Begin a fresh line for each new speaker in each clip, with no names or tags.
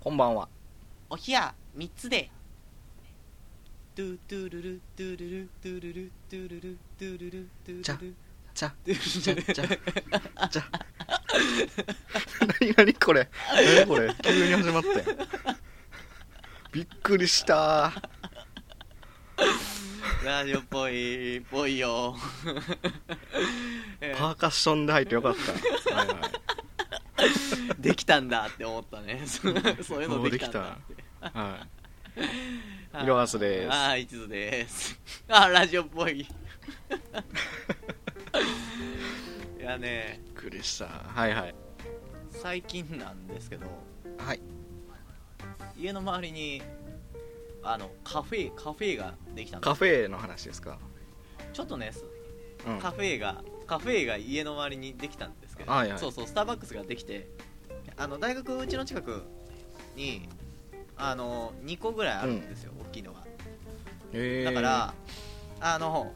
こんばんは。
お冷や3つでトゥトゥルルトゥルルトゥルルトゥルルトゥルルトゥルル
じゃじゃ、
ト
じ
ゥ
ゃ、
ルル
じゃ、 じゃ。なになにこれ。なにこれ。急に始まったよ。びっくりした。
ラジオっぽいっぽいよ え
パーカッションで入ってよかった。はいはい。
できたんだって思ったね そういうのできたんだって
は
はい
色あすです
ああ、いつです。 あーラジオっぽい。い やね
い、、びっくりした。はいはい。
最近なんですけど、
はい。
家の周りに、あの、カフェ、カフェができたんで
カフェの話ですか。
ちょっとね、す
うん。
カフェが、カフェが家の周りにできたんですけど、
はいはい
そうそう、スターバックスができて、あの、大学、うちの近くに、あの、2個ぐらいあるんですよ、大きいのが。
えー
だから、あの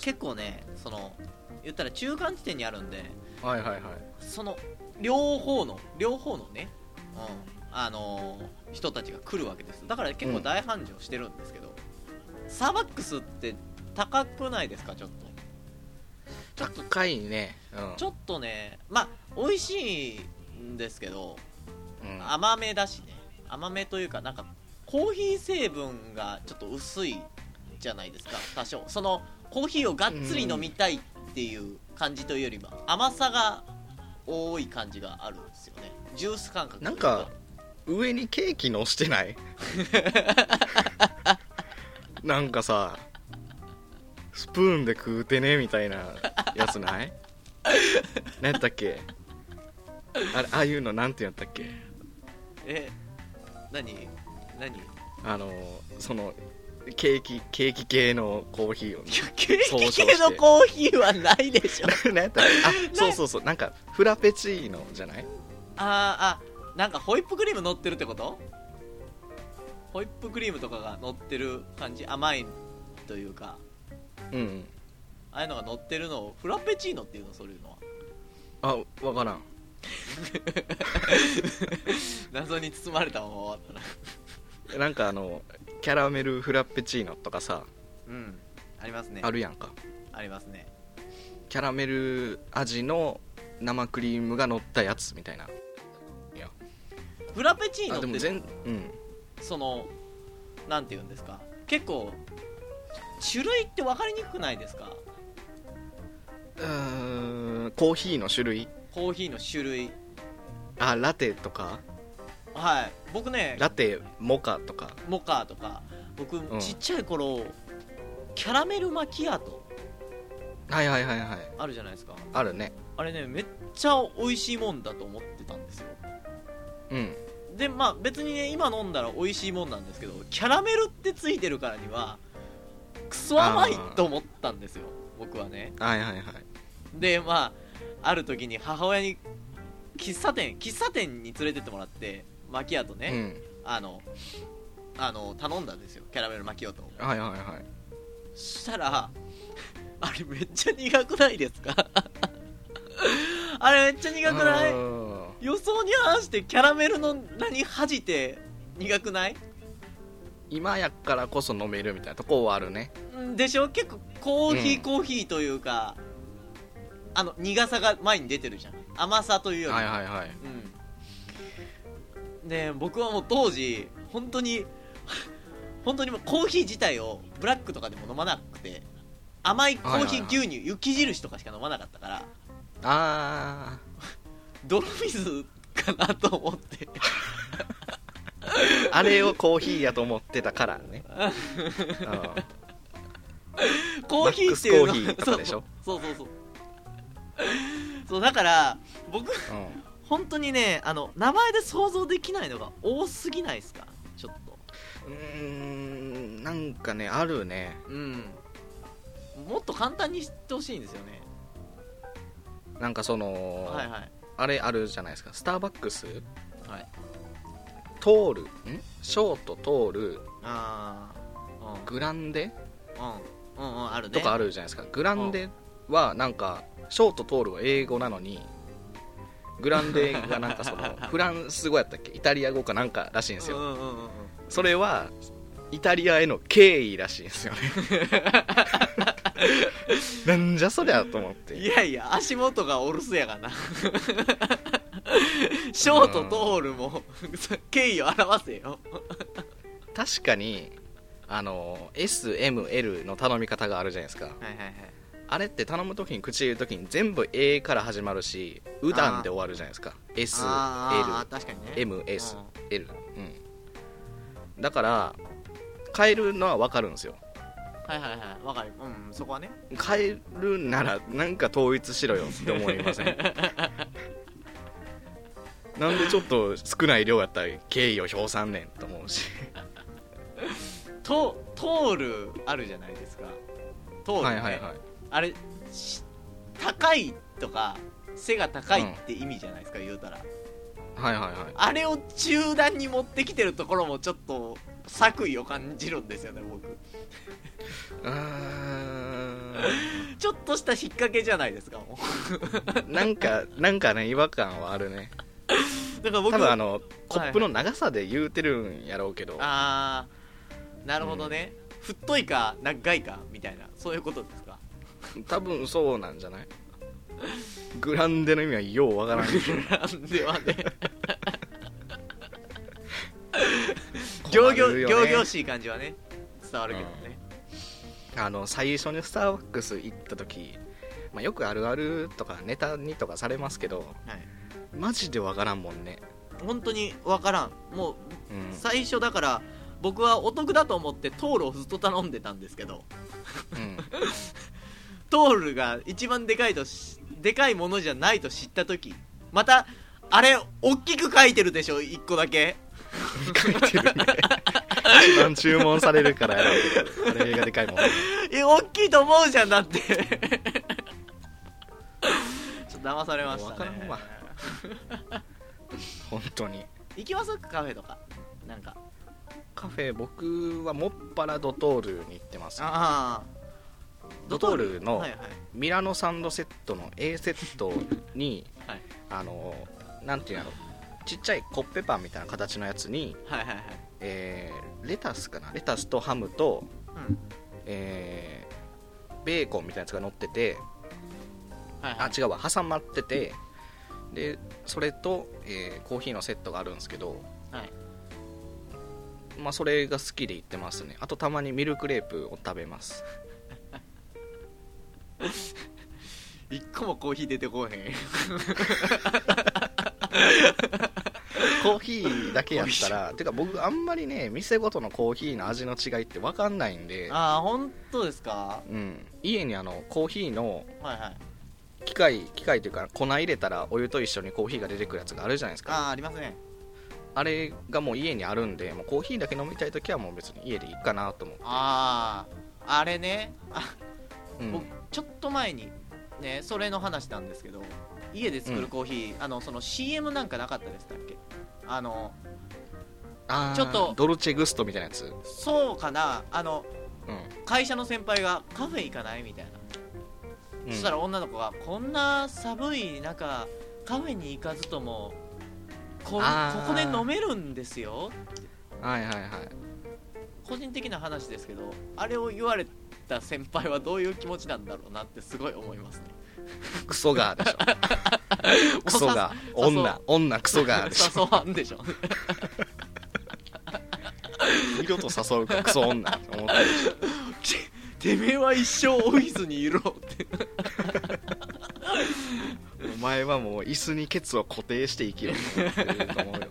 結構ねその言ったら中間地点にあるんで
はいはいはい。
その両方の両方のね、うん、あの人たちが来るわけですだから結構大繁盛してるんですけど、サバックスって高くないですかちょっとちょっと
高いね。うん。
ちょっとねまあ美味しいんですけど
うん
甘めだしね甘めというかなんかコーヒー成分がちょっと薄いじゃないですか多少そのコーヒーをがっつり飲みたいっていう感じというよりは甘さが多い感じがあるんですよねジュース感覚という
なんか上にケーキのしてない なんかさスプーンで食うてねみたいなやつない何やったっけあれああいうのなんてやったっけ
え何何い
あのそのケーキケーキ系のコーヒ ーを
やケ
総
ー
称
キ
して
系のコーヒーはないでしょ
何やったっけあそうそうそうなんかフラペチーノじゃない
あーあなんかホイップクリーム乗ってるってことホイップクリームとかが乗ってる感じ甘いというか
うんうん
ああいうのが乗ってるのをフラペチーノっていうのそういうのは
あわからん
謎に包まれたまま終わったな
なんかあのキャラメルフラペチーノとかさ
うんありますね
あるやんか
ありますね
キャラメル味の生クリームが乗ったやつみたいな
フラペチーノ
あで
っ
も
て
全うん
そのなんて言うんですか結構種類って分かりにくくないですか
うーんコーヒーの種類
コーヒーの種類
あラテとか
はい僕ね
ラテモカとか
モカとか僕、
ん
ちっちゃい頃キャラメルマキアート
はいはいはいはい
あるじゃないですか
あるね
あれねめっちゃ美味しいもんだと思ってたんですよ
うん
でまあ別にね今飲んだら美味しいもんなんですけどキャラメルってついてるからにはクソ甘いと思ったんですよ僕はね
はいはいはい
でまあある時に母親に喫茶店喫茶店に連れてってもらってマキアート
う
ね、
ん
あのあの頼んだんですよキャラメルマキアートを
はいはいはい
そしたらあれめっちゃ苦くないですか あれめっちゃ苦くない
あ
予想に反してキャラメルの名に恥じて苦くない
ー今やからこそ飲めるみたいなとこはあるね
うんでしょ結構コーヒー、
うん
コーヒーというかあの苦さが前に出てるじゃん甘さというより、
はいはいはい
うんで僕はもう当時本当に 本当にもうコーヒー自体をブラックとかでも飲まなくて甘いコー
は
ヒー
いはいは
牛
い
乳、雪印とかしか飲まなかったから
あ
泥水かなと思って
ーあれをコーヒーやと思ってたから ねうん
コーヒーっていうの
マックスコーヒーとかでしょ
そうそうそうそうそうだから僕
うん
本当にねあの名前で想像できないのが多すぎないですかちょっと
うーんなんかねあるね
うんもっと簡単にしてほしいんですよね
なんかその、
はいはい
あれあるじゃないですかスターバックス
はい
トールんショートトール
あ
グランデ
あうんうんうんうんあるね
とかあるじゃないですか、グランデはなんかショートトールは英語なのにグランデがなんかそ のフランス語やったっけイタリア語かなんからしいんです
うん
よ
うんうんうん
それはイタリアへの敬意らしいんで すよねなんじゃそりゃと思っ
い
て
やいや足元がお留守やがな ショートとオールも敬意を表せよ
確かにあの SML の頼み方があるじゃないですか
はいはいはい
あれって頼む時に口で言う時に全部 A から始まるしうだんで終わるじゃないですか S
あーあー確かにね
MSL
うん、
うん、だから変えるのは分かるんですよ
はいはいはいわかるうんそこはね
変えるならなんか統一しろよって思いませ んなんでちょっと少ない量やったら敬意を表さんねんと思うし
と通るあるじゃないですか通る、ね
はいはいはい
あれし高いとか背が高いって意味じゃないですか、言うたら
はいはいはい
あれを中段に持ってきてるところもちょっと作為を感じるんですよね僕
うー
ちょっとした引っ掛けじゃないですかも
んなんかなんかね違和感はあるね
う だから
多
僕
分あ
の
のコップの長さで言うてるんやろうけど、
あーなるほどね、太いか長いかみたいなそういうことですか
多分そうなんじゃない グランデの意味はようわ からんけど
なんでは ね行
困
々
るよね
行々しい感じはね伝わるけどね、
あの最初にスターバックス行った時、まあ、よくあるあるとかネタにとかされますけど
はい
マジでわからんもんね、
本当に分からんもう
うん
最初だから僕はお得だと思ってトールをずっと頼んでたんですけど
うん
トールが一番でかいとしでかいものじゃないと知った時またあれ大きく書いてるでしょ一個だけ
書いて るね一番注文されるからやろうけどあれがでかいもんね
え大きいと思うじゃんだって ちょっと騙されましたね
もうわからんわ本当に
行きますかカフェとかなんか
カフェ僕はもっぱらドトールに行ってます
ああ
ドトールの
はいはい
ミラノサンドセットの A セットに、
はい
あのなんていうのちっちゃいコッペパンみたいな形のやつに、
はいはいはい
えーレタスかなレタスとハムと
うん
えーベーコンみたいなやつが乗ってて
はいは
あ
い
違うわ挟まっててでそれと、えーコーヒーのセットがあるんですけど、
はい
まあ、それが好きで行ってますねあとたまにミルクレープを食べます
一個もコーヒー出てこへん
コーヒーだけやったらてか僕あんまりね店ごとのコーヒーの味の違いって分かんないんで、
ああ本当ですか
うん、家にあのコーヒーの
はいはい
機械機械というか粉入れたらお湯と一緒にコーヒーが出てくるやつがあるじゃないですか
ああありますね
あれがもう家にあるんでもうコーヒーだけ飲みたい時はもう別に家でいいかなと思って
あああれねあ、
うん
僕ちょっと前にねそれの話なんですけど家で作るコーヒー、あのその CM なんかなかったでしたっけあの
あー
ちょっと
ドルチェグストみたいなやつ、うん、
そうかなあの会社の先輩がカフェ行かないみたいな、そしたら女の子がこんな寒い中カフェに行かずともここ
あー
こで飲めるんですよ
はいはいはい
個人的な話ですけどあれを言われた先輩はどういう気持ちなんだろうなってすごい思いますね
クソガー でしょクソガー
そうそう
女女クソガーで しょ
誘わんでしょ
二度と誘うかクソ女って思ってるでしょ
てめえは一生オフィスにいろって
お前はもう椅子にケツを固定して生きろって思ってると思うよ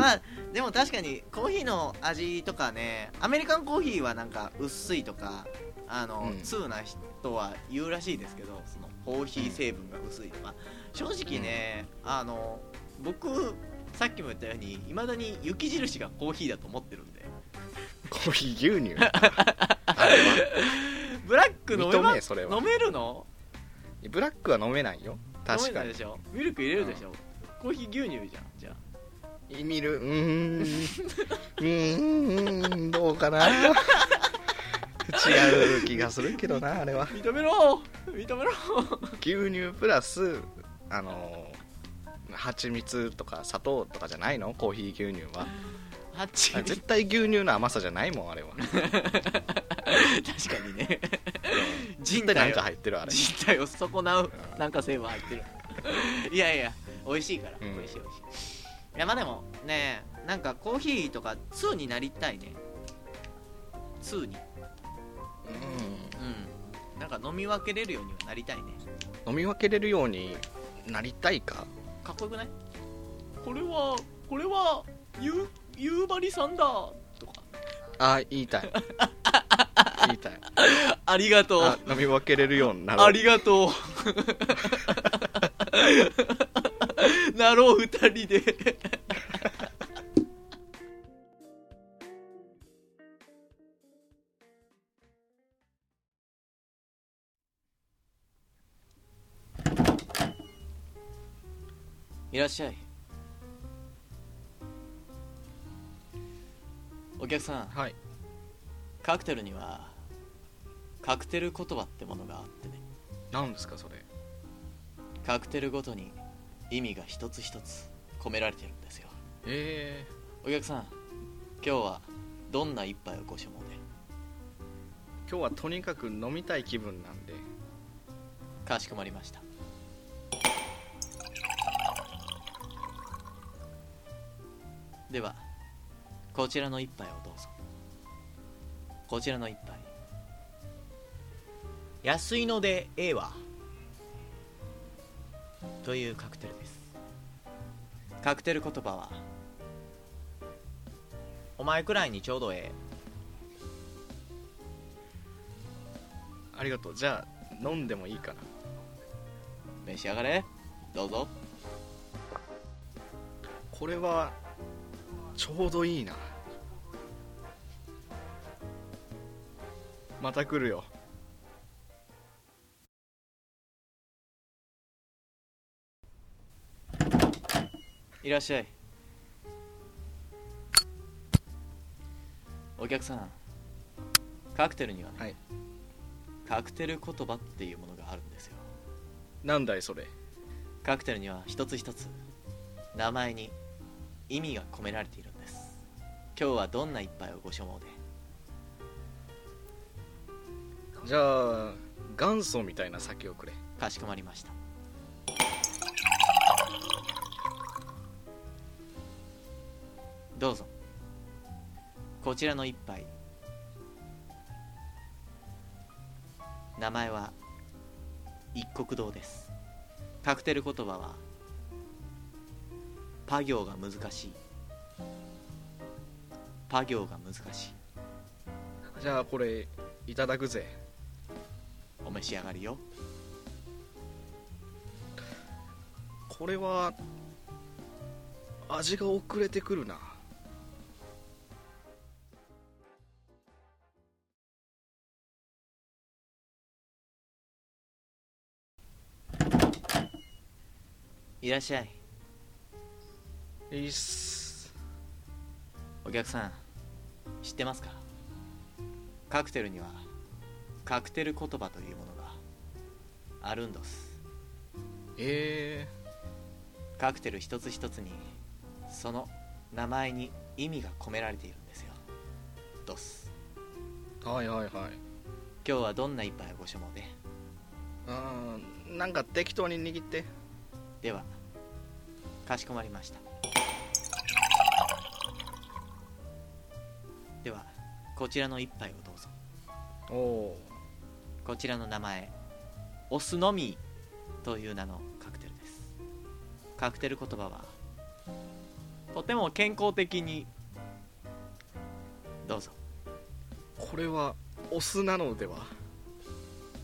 ま あでも確かにコーヒーの味とかねアメリカンコーヒーはなんか薄いとかあの、
うん
通な人は言うらしいですけどそのコーヒー成分が薄いとか正直ね、あの僕さっきも言ったようにいまだに雪印がコーヒーだと思ってるんで
コーヒー牛乳あれは
ブラック飲め
認
ま
めそれは
飲めるの
ブラックは飲めないよ確
飲め
か
ない
に
でしょミルク入れるでしょ、コーヒー牛乳じゃんじゃあ
見るうーんうーんどうかな違う気がするけどなあれは
認めろ認めろ
牛乳プラスあのー蜂蜜とか砂糖とかじゃないのコーヒー牛乳は
蜂
あ
蜜
絶対牛乳の甘さじゃないもんあれは
確か にね人
絶対なん
体を
か入ってるあれ
人体を損なうなんか成分入ってるいやいや美味しいから、
うん
美味しい美味しいいやまあでもねなんかコーヒーとか2になりたいね2にうんなんか飲み分けれるようにはなりたいね
うん飲み分けれるようになりたいか
かっこよくないこれはこれは夕夕張さんだとか
あ言いた い言いたい
ありがとう
あ
あ
飲み分けれるようになろう
りがとうなろう二人でいらっしゃいお客さん
はい
カクテルにはカクテル言葉ってものがあってね
何ですかそれ
カクテルごとに意味が一つ一つ込められてるんですよ
え
お客さん今日はどんな一杯をご所望で
ー、今日はとにかく飲みたい気分なんで
かしこまりましたではこちらの一杯をどうぞこちらの一杯安いのでええわというカクテルですカクテル言葉はお前くらいにちょうどええ
ありがとうじゃあ飲んでもいいかな
召し上がれどうぞ
これはちょうどいいなまた来るよ
いらっしゃいお客さんカクテルにはね、
はい
カクテル言葉っていうものがあるんですよ
なんだいそれ
カクテルには一つ一つ名前に意味が込められているんです今日はどんな一杯をご所望で
じゃあ元祖みたいな酒をくれ
かしこまりましたどうぞこちらの一杯名前は一国堂ですカクテル言葉はパ行が難しいパ行が難しい
じゃあこれいただくぜ
お召し上がりよ
これは味が遅れてくるな
ういらっしゃい
いいっす
お客さん知ってますかカクテルにはカクテル言葉というものがあるんどす
え
カクテル一つ一つにその名前に意味が込められているんですよどす
ー、はいはいはい
今日はどんな一杯をご所望で
うーんなんか適当に握って
ではかしこまりましたではこちらの一杯をどうぞ
おお
こちらの名前オスのみという名のカクテルですカクテル言葉はとても健康的にどうぞ
ーこれはお酢なのでは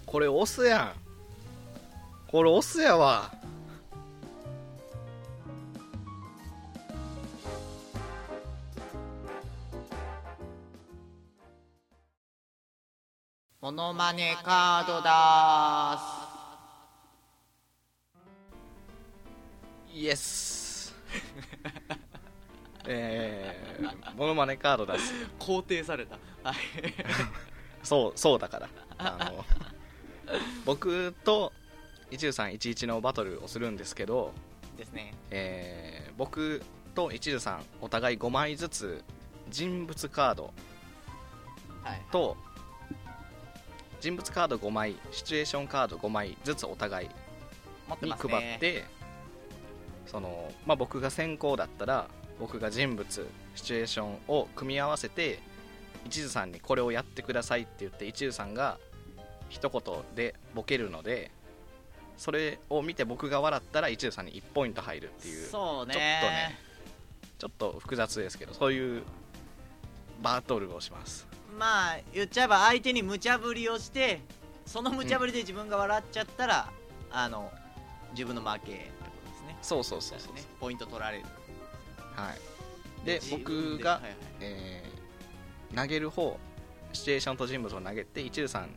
これお酢やんこれお酢やわ
モノマネカードだ
イエス えー、モノマネカードだし
肯定されたはい
そうそうだからあの僕と1311のバトルをするんですけど、
ですね
えー僕と一途さんお互い5枚ずつ人物カード
はい
と人物カード5枚シチュエーションカード5枚ずつお互い
持って
に
ますね
配ってその、まあ、僕が先行だったら僕が人物シチュエーションを組み合わせて一途さんにこれをやってくださいって言って一途さんが一言でボケるのでそれを見て僕が笑ったら一途さんに1ポイント入るっていう
そうね
ちょっとねちょっと複雑ですけどそういうバトルをします
まあ言っちゃえば相手に無茶ぶりをしてその無茶ぶりで自分が笑っちゃったら、あの自分の負けってことですね
そうそうそうそう、
ねポイント取られる
はいで
自分
僕
で
が、
はいはい
えー投げる方シチュエーションと人物を投げて一流さん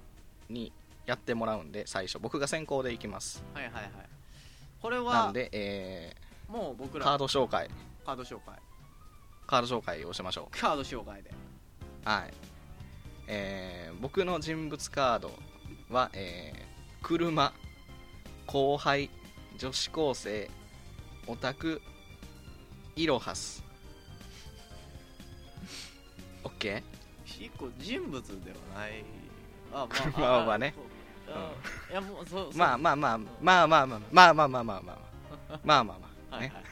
にやってもらうんで最初僕が先行でいきます
はいはいはいこれ
な
は
んで、え
もう僕
ー
ら
カード紹介
カード紹介
カード紹介をしましょ
カード紹介で
うはいえー僕の人物カードは、えー車後輩女子高生オタクイロハス OK?
一個人物ではないあ
車はね
ああいやもうそうそう
まあまあまあまあまあまあまあまあまあまあまあまあまあまあまあ
はい
ね
はい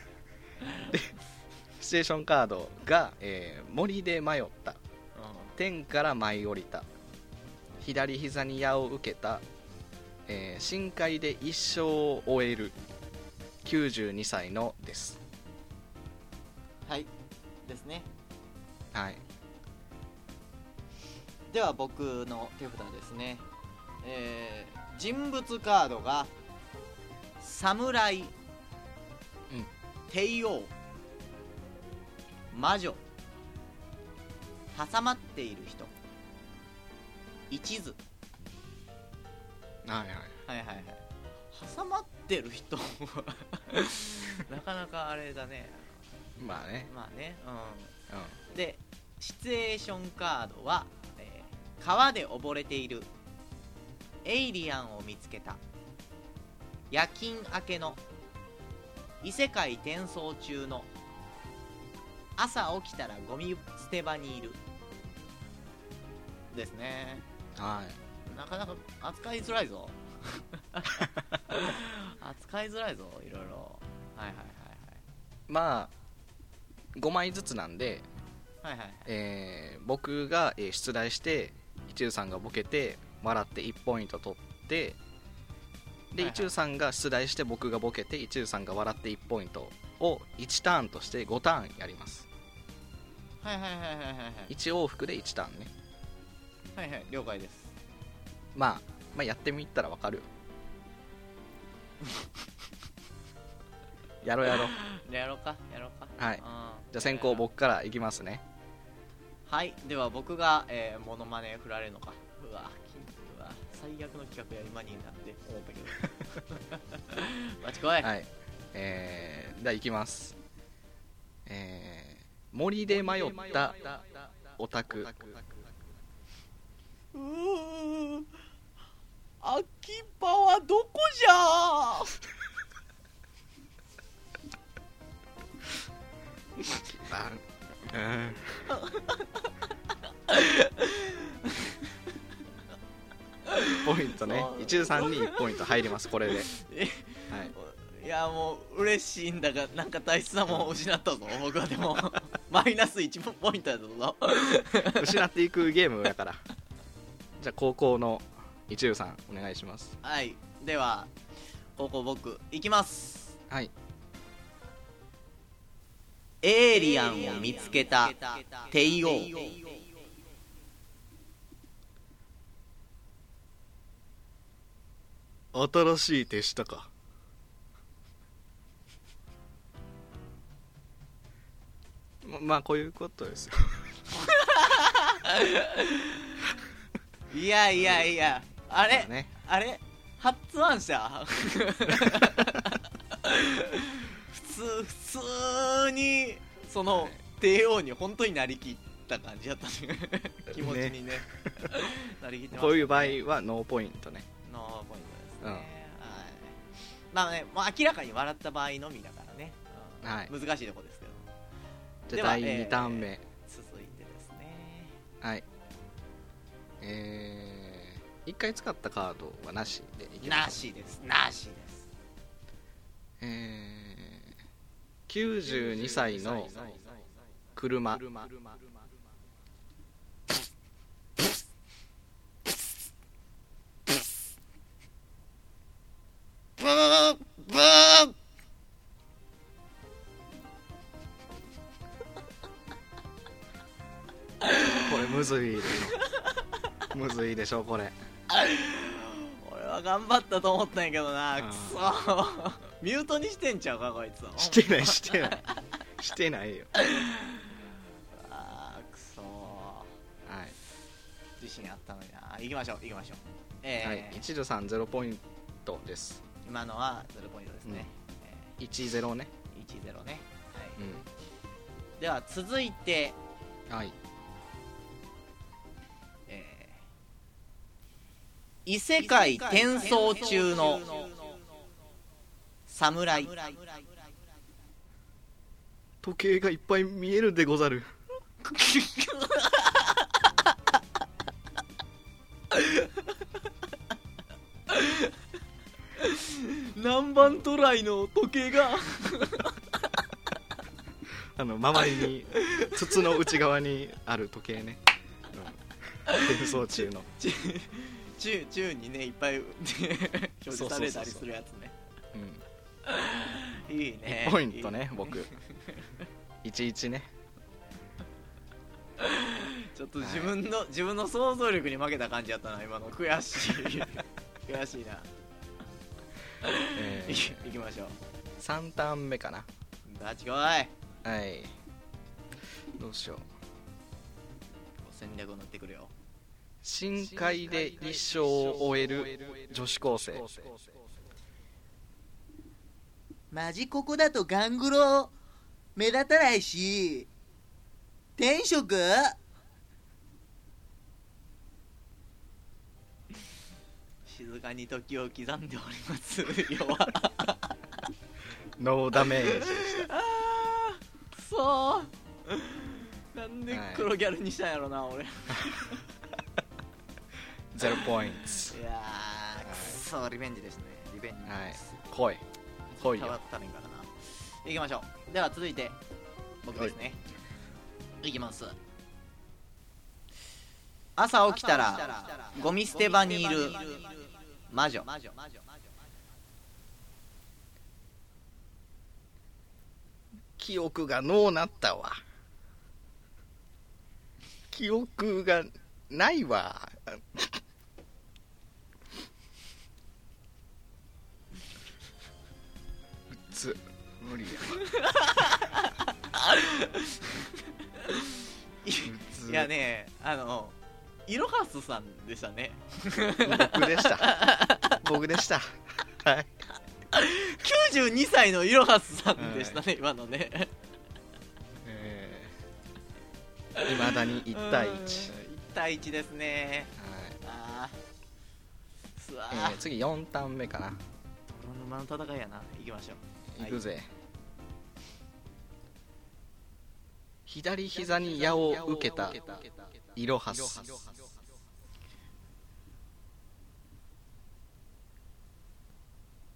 シチュエーションカードが、えー森で迷った天から舞い降りた左膝に矢を受けた、えー深海で一生を終える92歳のです
うんはいですね
はい
では僕の手札ですねえー人物カードが侍、
うん
帝王魔女挟まっている人一途
はいはい
はいはいはい挟まってる人は なかなかあれだね
まあね、
まあねう
うん
んでシチュエーションカードは、えー川で溺れているエイリアンを見つけた夜勤明けの異世界転送中の朝起きたらゴミ捨て場にいるですね
は
なかなか扱いづらいぞ 扱いづらいぞいろいろはいはい
いまあ5枚ずつなんで、
はいはいはいはいはい
えー僕が、えー出題して一流さんがボケて笑って1ポイント取ってで、
はいはい
一流さんが出題して僕がボケて一流さんが笑って1ポイントを1ターンとして5ターンやります
はいはいはいはいはい
1往復で1ターンね、
はいはい了解です
まあ、まあやってみたらわかるよ やろうやろう
やろうかやろうか
はい
うん
じゃあ先行僕からいきますね
はいでは僕が、えー、モノマネ振られるのかうわきうわ最悪の企画や今になって思ったけ ど待ちこい、
はいえー、じゃあいきますえー、森で迷ったオタク
うーん秋葉はどこじゃ
あうんポイントね
そう
一流さんに1ポイント入りますこれで、はい、
いやもう嬉しいんだがなんか大切なもんを失ったぞ僕はでも マイナス1ポイントだぞ
失っていくゲームだからじゃあ高校の一流さんお願いします
はいではここ僕いきます
はい
エイリアンを見つけた帝王
新しい手下かままあこういうことですよ
いやいやいやあれ
ね
あれ発案者 普通普通にその帝王に本当になりきった感じだったね 気持ちにねなりきってましたね
こういう場合はノーポイントね
ノーポイントですね、
うん
はいまあね、まあ、明らかに笑った場合のみだからね、うん
はい
難しいとこですけど
じ
で
ゃあ
は
第2ターン目、
続いてですね
はいえー、1回使ったカードはなしでいきま
な
す
しですなしです
えー、92歳の車
ブーブー
これむずいでしょむずいでしょこれ
俺は頑張ったと思ったんやけどな
うん
くそ ミュートにしてんちゃうかこいつを
してないしてないしてないよ
あーくそ
はい、
自信あったのにな行きましょう行きましょう
は
え
い
ー、
一条さん0ポイントです
今のは0ポイントですね、
10ね
えー10ね、はい
うん
では続いて、
はい
えー異世界転送中の侍
時計がいっぱい見えるでござる
何番トライの時計が
あの周りに筒の内側にある時計ね、 うん、転送中の
宙宙にねいっぱい 表示されたりするやつね
うん
いいね
1ポイント
いい
ね 僕11ね
ちょっと自分の、自分の想像力に負けた感じやったな今の悔 しい悔しいな
え
い
ー、
行きましょう
3ターン目かな
ダチこい
はいどうしよう
戦略乗ってくるよ
深海で一生を終える女子高生
マジここだとガングロ目立たないし転職
静かに時を刻んでおります弱
ノーダメージ
あーくそーなんで黒ギャルにしたんやろな、俺い
ゼロポイン
やーくそリベンジですねリベンジです、
ト来い来い
たま
よ
ったらいいからな行きましょうでは続いて僕ですね、い、きます朝起きたらゴミ捨て場にいる魔女
記憶がのうなったわ記憶がないわうっつ無理やうっつ
いやねあのイロハスさんでしたね
僕でした僕でしたはい
92歳のイロハスさんでしたね、今のね
いまだに1対
うん
1、
対1ですね
はい
あーすわ
え
ー
ー次4ターン目かな
泥沼の戦いやな行きましょうはい
いくぜ、左膝に矢を受けたイロハス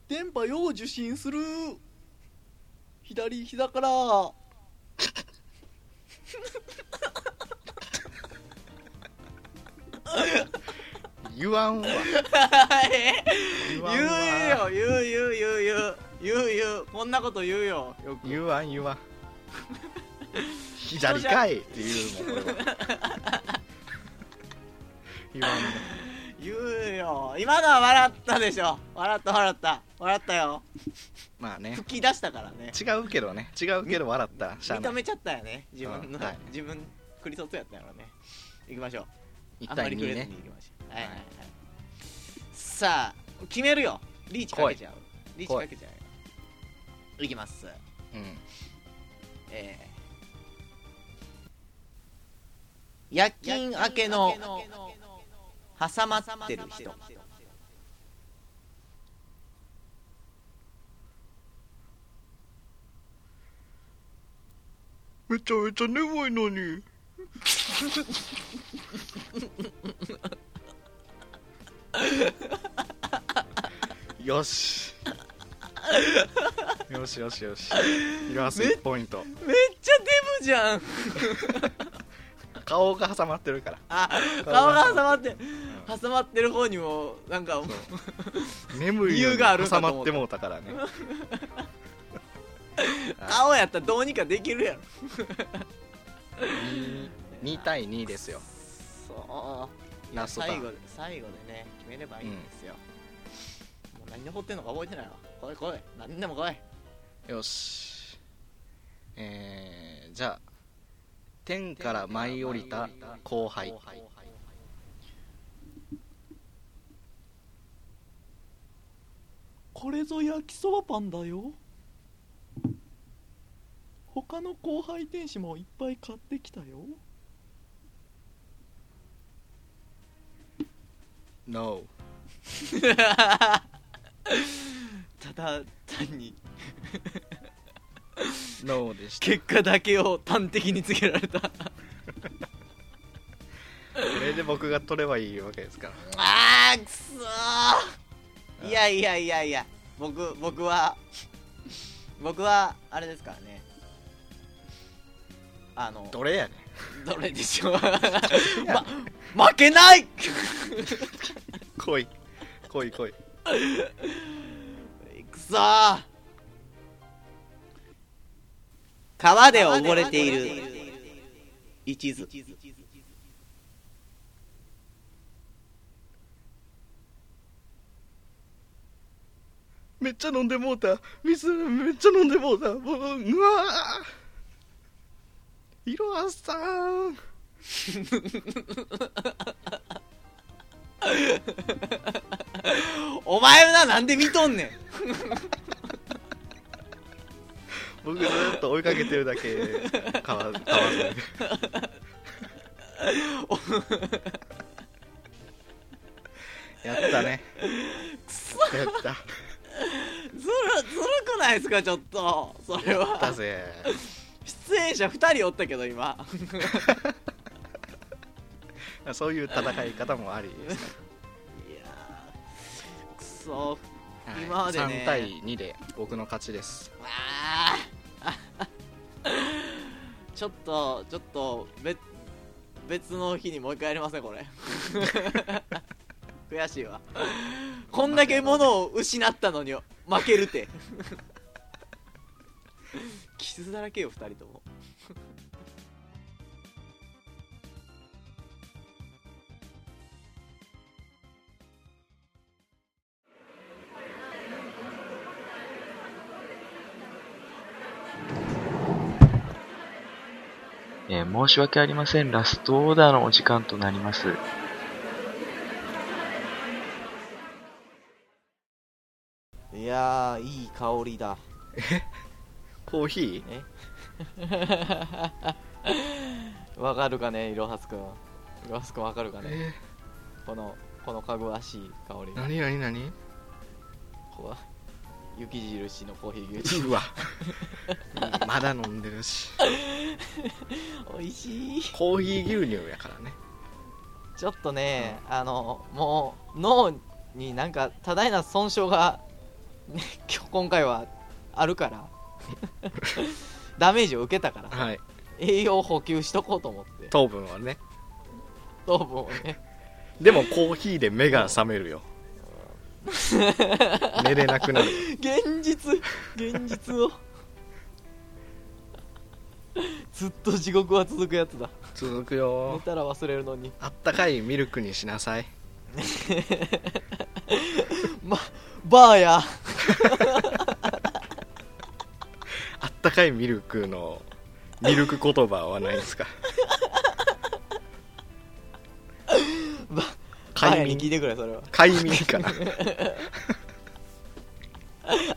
電波を受信する左膝 から
言わんわ
言
言
う
わんわ
よ言う言う言う言う言う言うこんなこと言うよよく
言わん言わん左かいっていうもん俺 は言わんね
言うよ今のは笑ったでしょ笑った笑った笑ったよ
まあ ね
吹き出したからね
違うけどね違うけど笑ったしゃあな
認
い
めちゃったよね自分の、
うんはい
自分クリソツやったやろね行きましょう
1
あんま
対
りく
2
れずに
ね
行きましょう、はいはいはい、さあ決めるよリーチかけちゃうリーチかけちゃうよいきます
うん
えー、夜勤明けの挟まってる人
めちゃめちゃ眠いのによしよしよしよし言わす1ポイント
めっちゃデブじゃん
顔が挟まってるから
あ顔が挟まって挟まってる方にもなんかもう
眠い
理
の
由がある
に
んだ
挟ま
と思
っ
って
もうたからね
顔やったらどうにかできるやろ
2対2ですよ
そう
ラストタ
最
ーン
後で最後でね決めればいいんですよ、もう何で掘ってんのか覚えてないわ来い来い何でも来い
よしえー、じゃあ天から舞い降りた後輩
これぞ焼きそばパンだよ他の後輩店主もいっぱい買ってきたよ
No
ただ単に
No でした
結果だけを端的につけられた
これで僕が取ればいいわけですから
あーくそーいやいやいやいや僕僕は僕はあれですからねあの
どれやね
どれでしょう ま負けない
ん来い来い来い
くそー川で溺れている一途
めっちゃ飲んでもうた水めっちゃ飲んでもうたもううわー色あさーん
お前ななんで見とんねん
僕ずっと追いかけてるだけ川川沿いでやったねやったや
ずるずるくないですかちょっとそれ
っ
は
たぜ
出演者2人おったけど今
そういう戦い方もありですね
いやーくそ
はい
今までね
3対2で僕の勝ちです
あーちょっとちょっと別別の日にもう一回やりますねこれ 悔しいわこんだけ物を失ったのに負け るて傷だらけよ2人とも
えー申し訳ありません。ラストオーダーのお時間となります。
いやーいい香りだ
コーヒ
わかるかねいろはすくんいろはすくんわかるか
ー
ね
え
このこのかぐわしい香り
ー、何何何
ここは雪印のコーヒー牛
うわまだ飲んでるし
おいしい
コーヒー牛乳やからね
ちょっとね、あのもう脳になんか多大な損傷が、ね、今日今回はある からダメージを受けたから
はい
栄養補給しとこうと思って
糖分はね
糖分をね
でもコーヒーで目が覚める よ寝れなくなるよ
現実現実をずっと地獄は続くやつだ
続く
寝
よ
たら忘れるのに
あったかいミルクにしなさい
まバーや
あったかいミルクのミルク言葉はないですか
ばバー
快
ヤに聞いて
眠
くれそれは
快眠かな、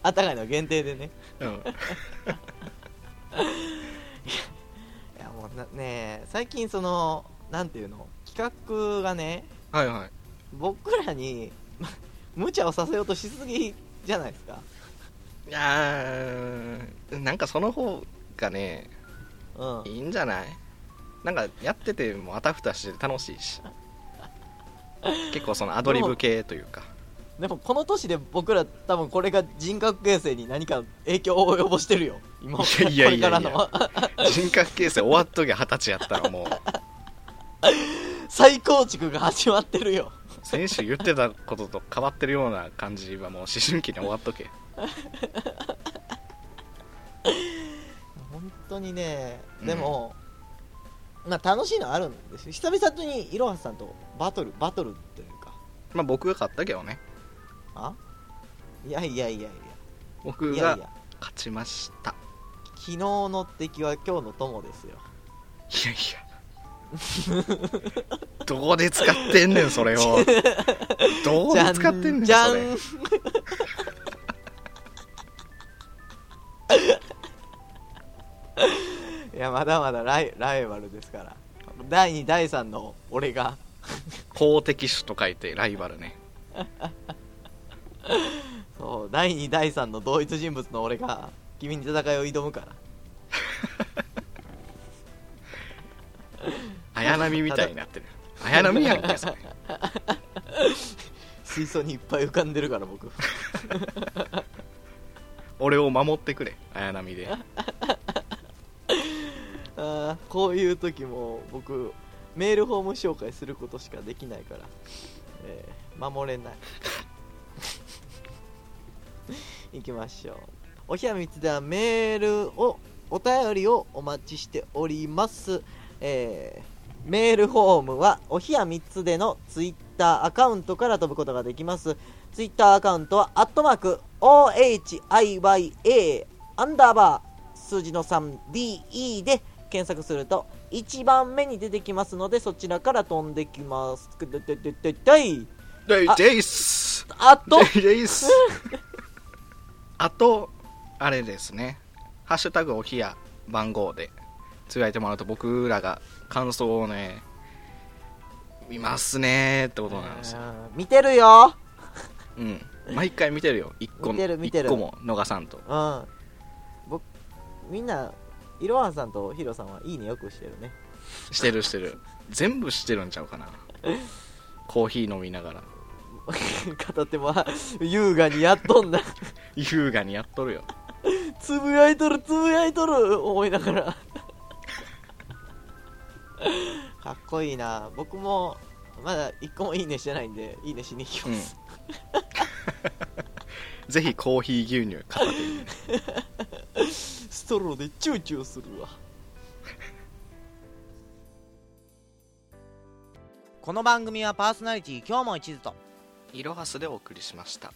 あったかいの限定でね
うん、
いやもうなねえ最近そのなんていうの企画がね
はいはい
僕らにま無茶をさせようとしすぎじゃないですか
いやーなんかその方がね
うん
いいんじゃないなんかやっててもあたふたしてて楽しいし結構そのアドリブ系というか
でもこの年で僕ら多分これが人格形成に何か影響を及ぼしてるよ今こ
いやいや
れ
いや
か
いや
らの
人格形成終わっとけ二十歳やったらもう
再構築が始まってるよ
先週言ってたことと変わってるような感じはもう思春期に終わっとけ
本当にね
うん
でも、まあ楽しいのはあるんですよ久々にいろはさんとバトルバトルというか
まあ僕が勝ったけどね
あいやいやいやいや
僕
いや
が
いや
勝ちました
昨日の敵は今日の友ですよ
いやいやどこで使ってんねんそれをどこで使ってんねん
じゃ
それ
ん いやまだまだライライバルですから第2第3の俺が
公的種と書いてライバルね
そう第2第3の同一人物の俺が君に戦いを挑むから
綾波みたいになってる綾波やんけそれ
水槽にいっぱい浮かんでるから僕
俺を守ってくれ綾波で
あーこういう時も僕メールフォーム紹介することしかできないから、えー守れない行きましょうおひやみつではメールをお便りをお待ちしております、えーメールフォームはおひやみつでのツイッターアカウントから飛ぶことができますツイッターアカウントはアットマーク OHIYA アンダーバー数字の 3DE で検索すると1番目に出てきますのでそちらから飛んできますくでででで
で
であ
ジェイス
あと
ジェイスあとあれですね「ハッシュタグおひや番号」でつぶやいてもらうと僕らが感想をね見ますねーってことなんですよ、
うん見てるよ
うん、毎回見てるよ一個
見てる見てる
一個も逃さんと
うん僕みんないろはさんとヒロさんはいいねよくしてるね
してるしてる全部してるんちゃうかなコーヒー飲みながら
片手も優雅にやっとんだ
優雅にやっとるよ
つぶやいとるつぶやいとる思いながら かっこいいな僕もまだ一個もいいねしてないんでいいねしに行 き
うん
ます、
ぜひコーヒー牛乳片手に
ストローでチューチューするわ
この番組はパーソナリティ今日も一途と
いろはすでお送りしました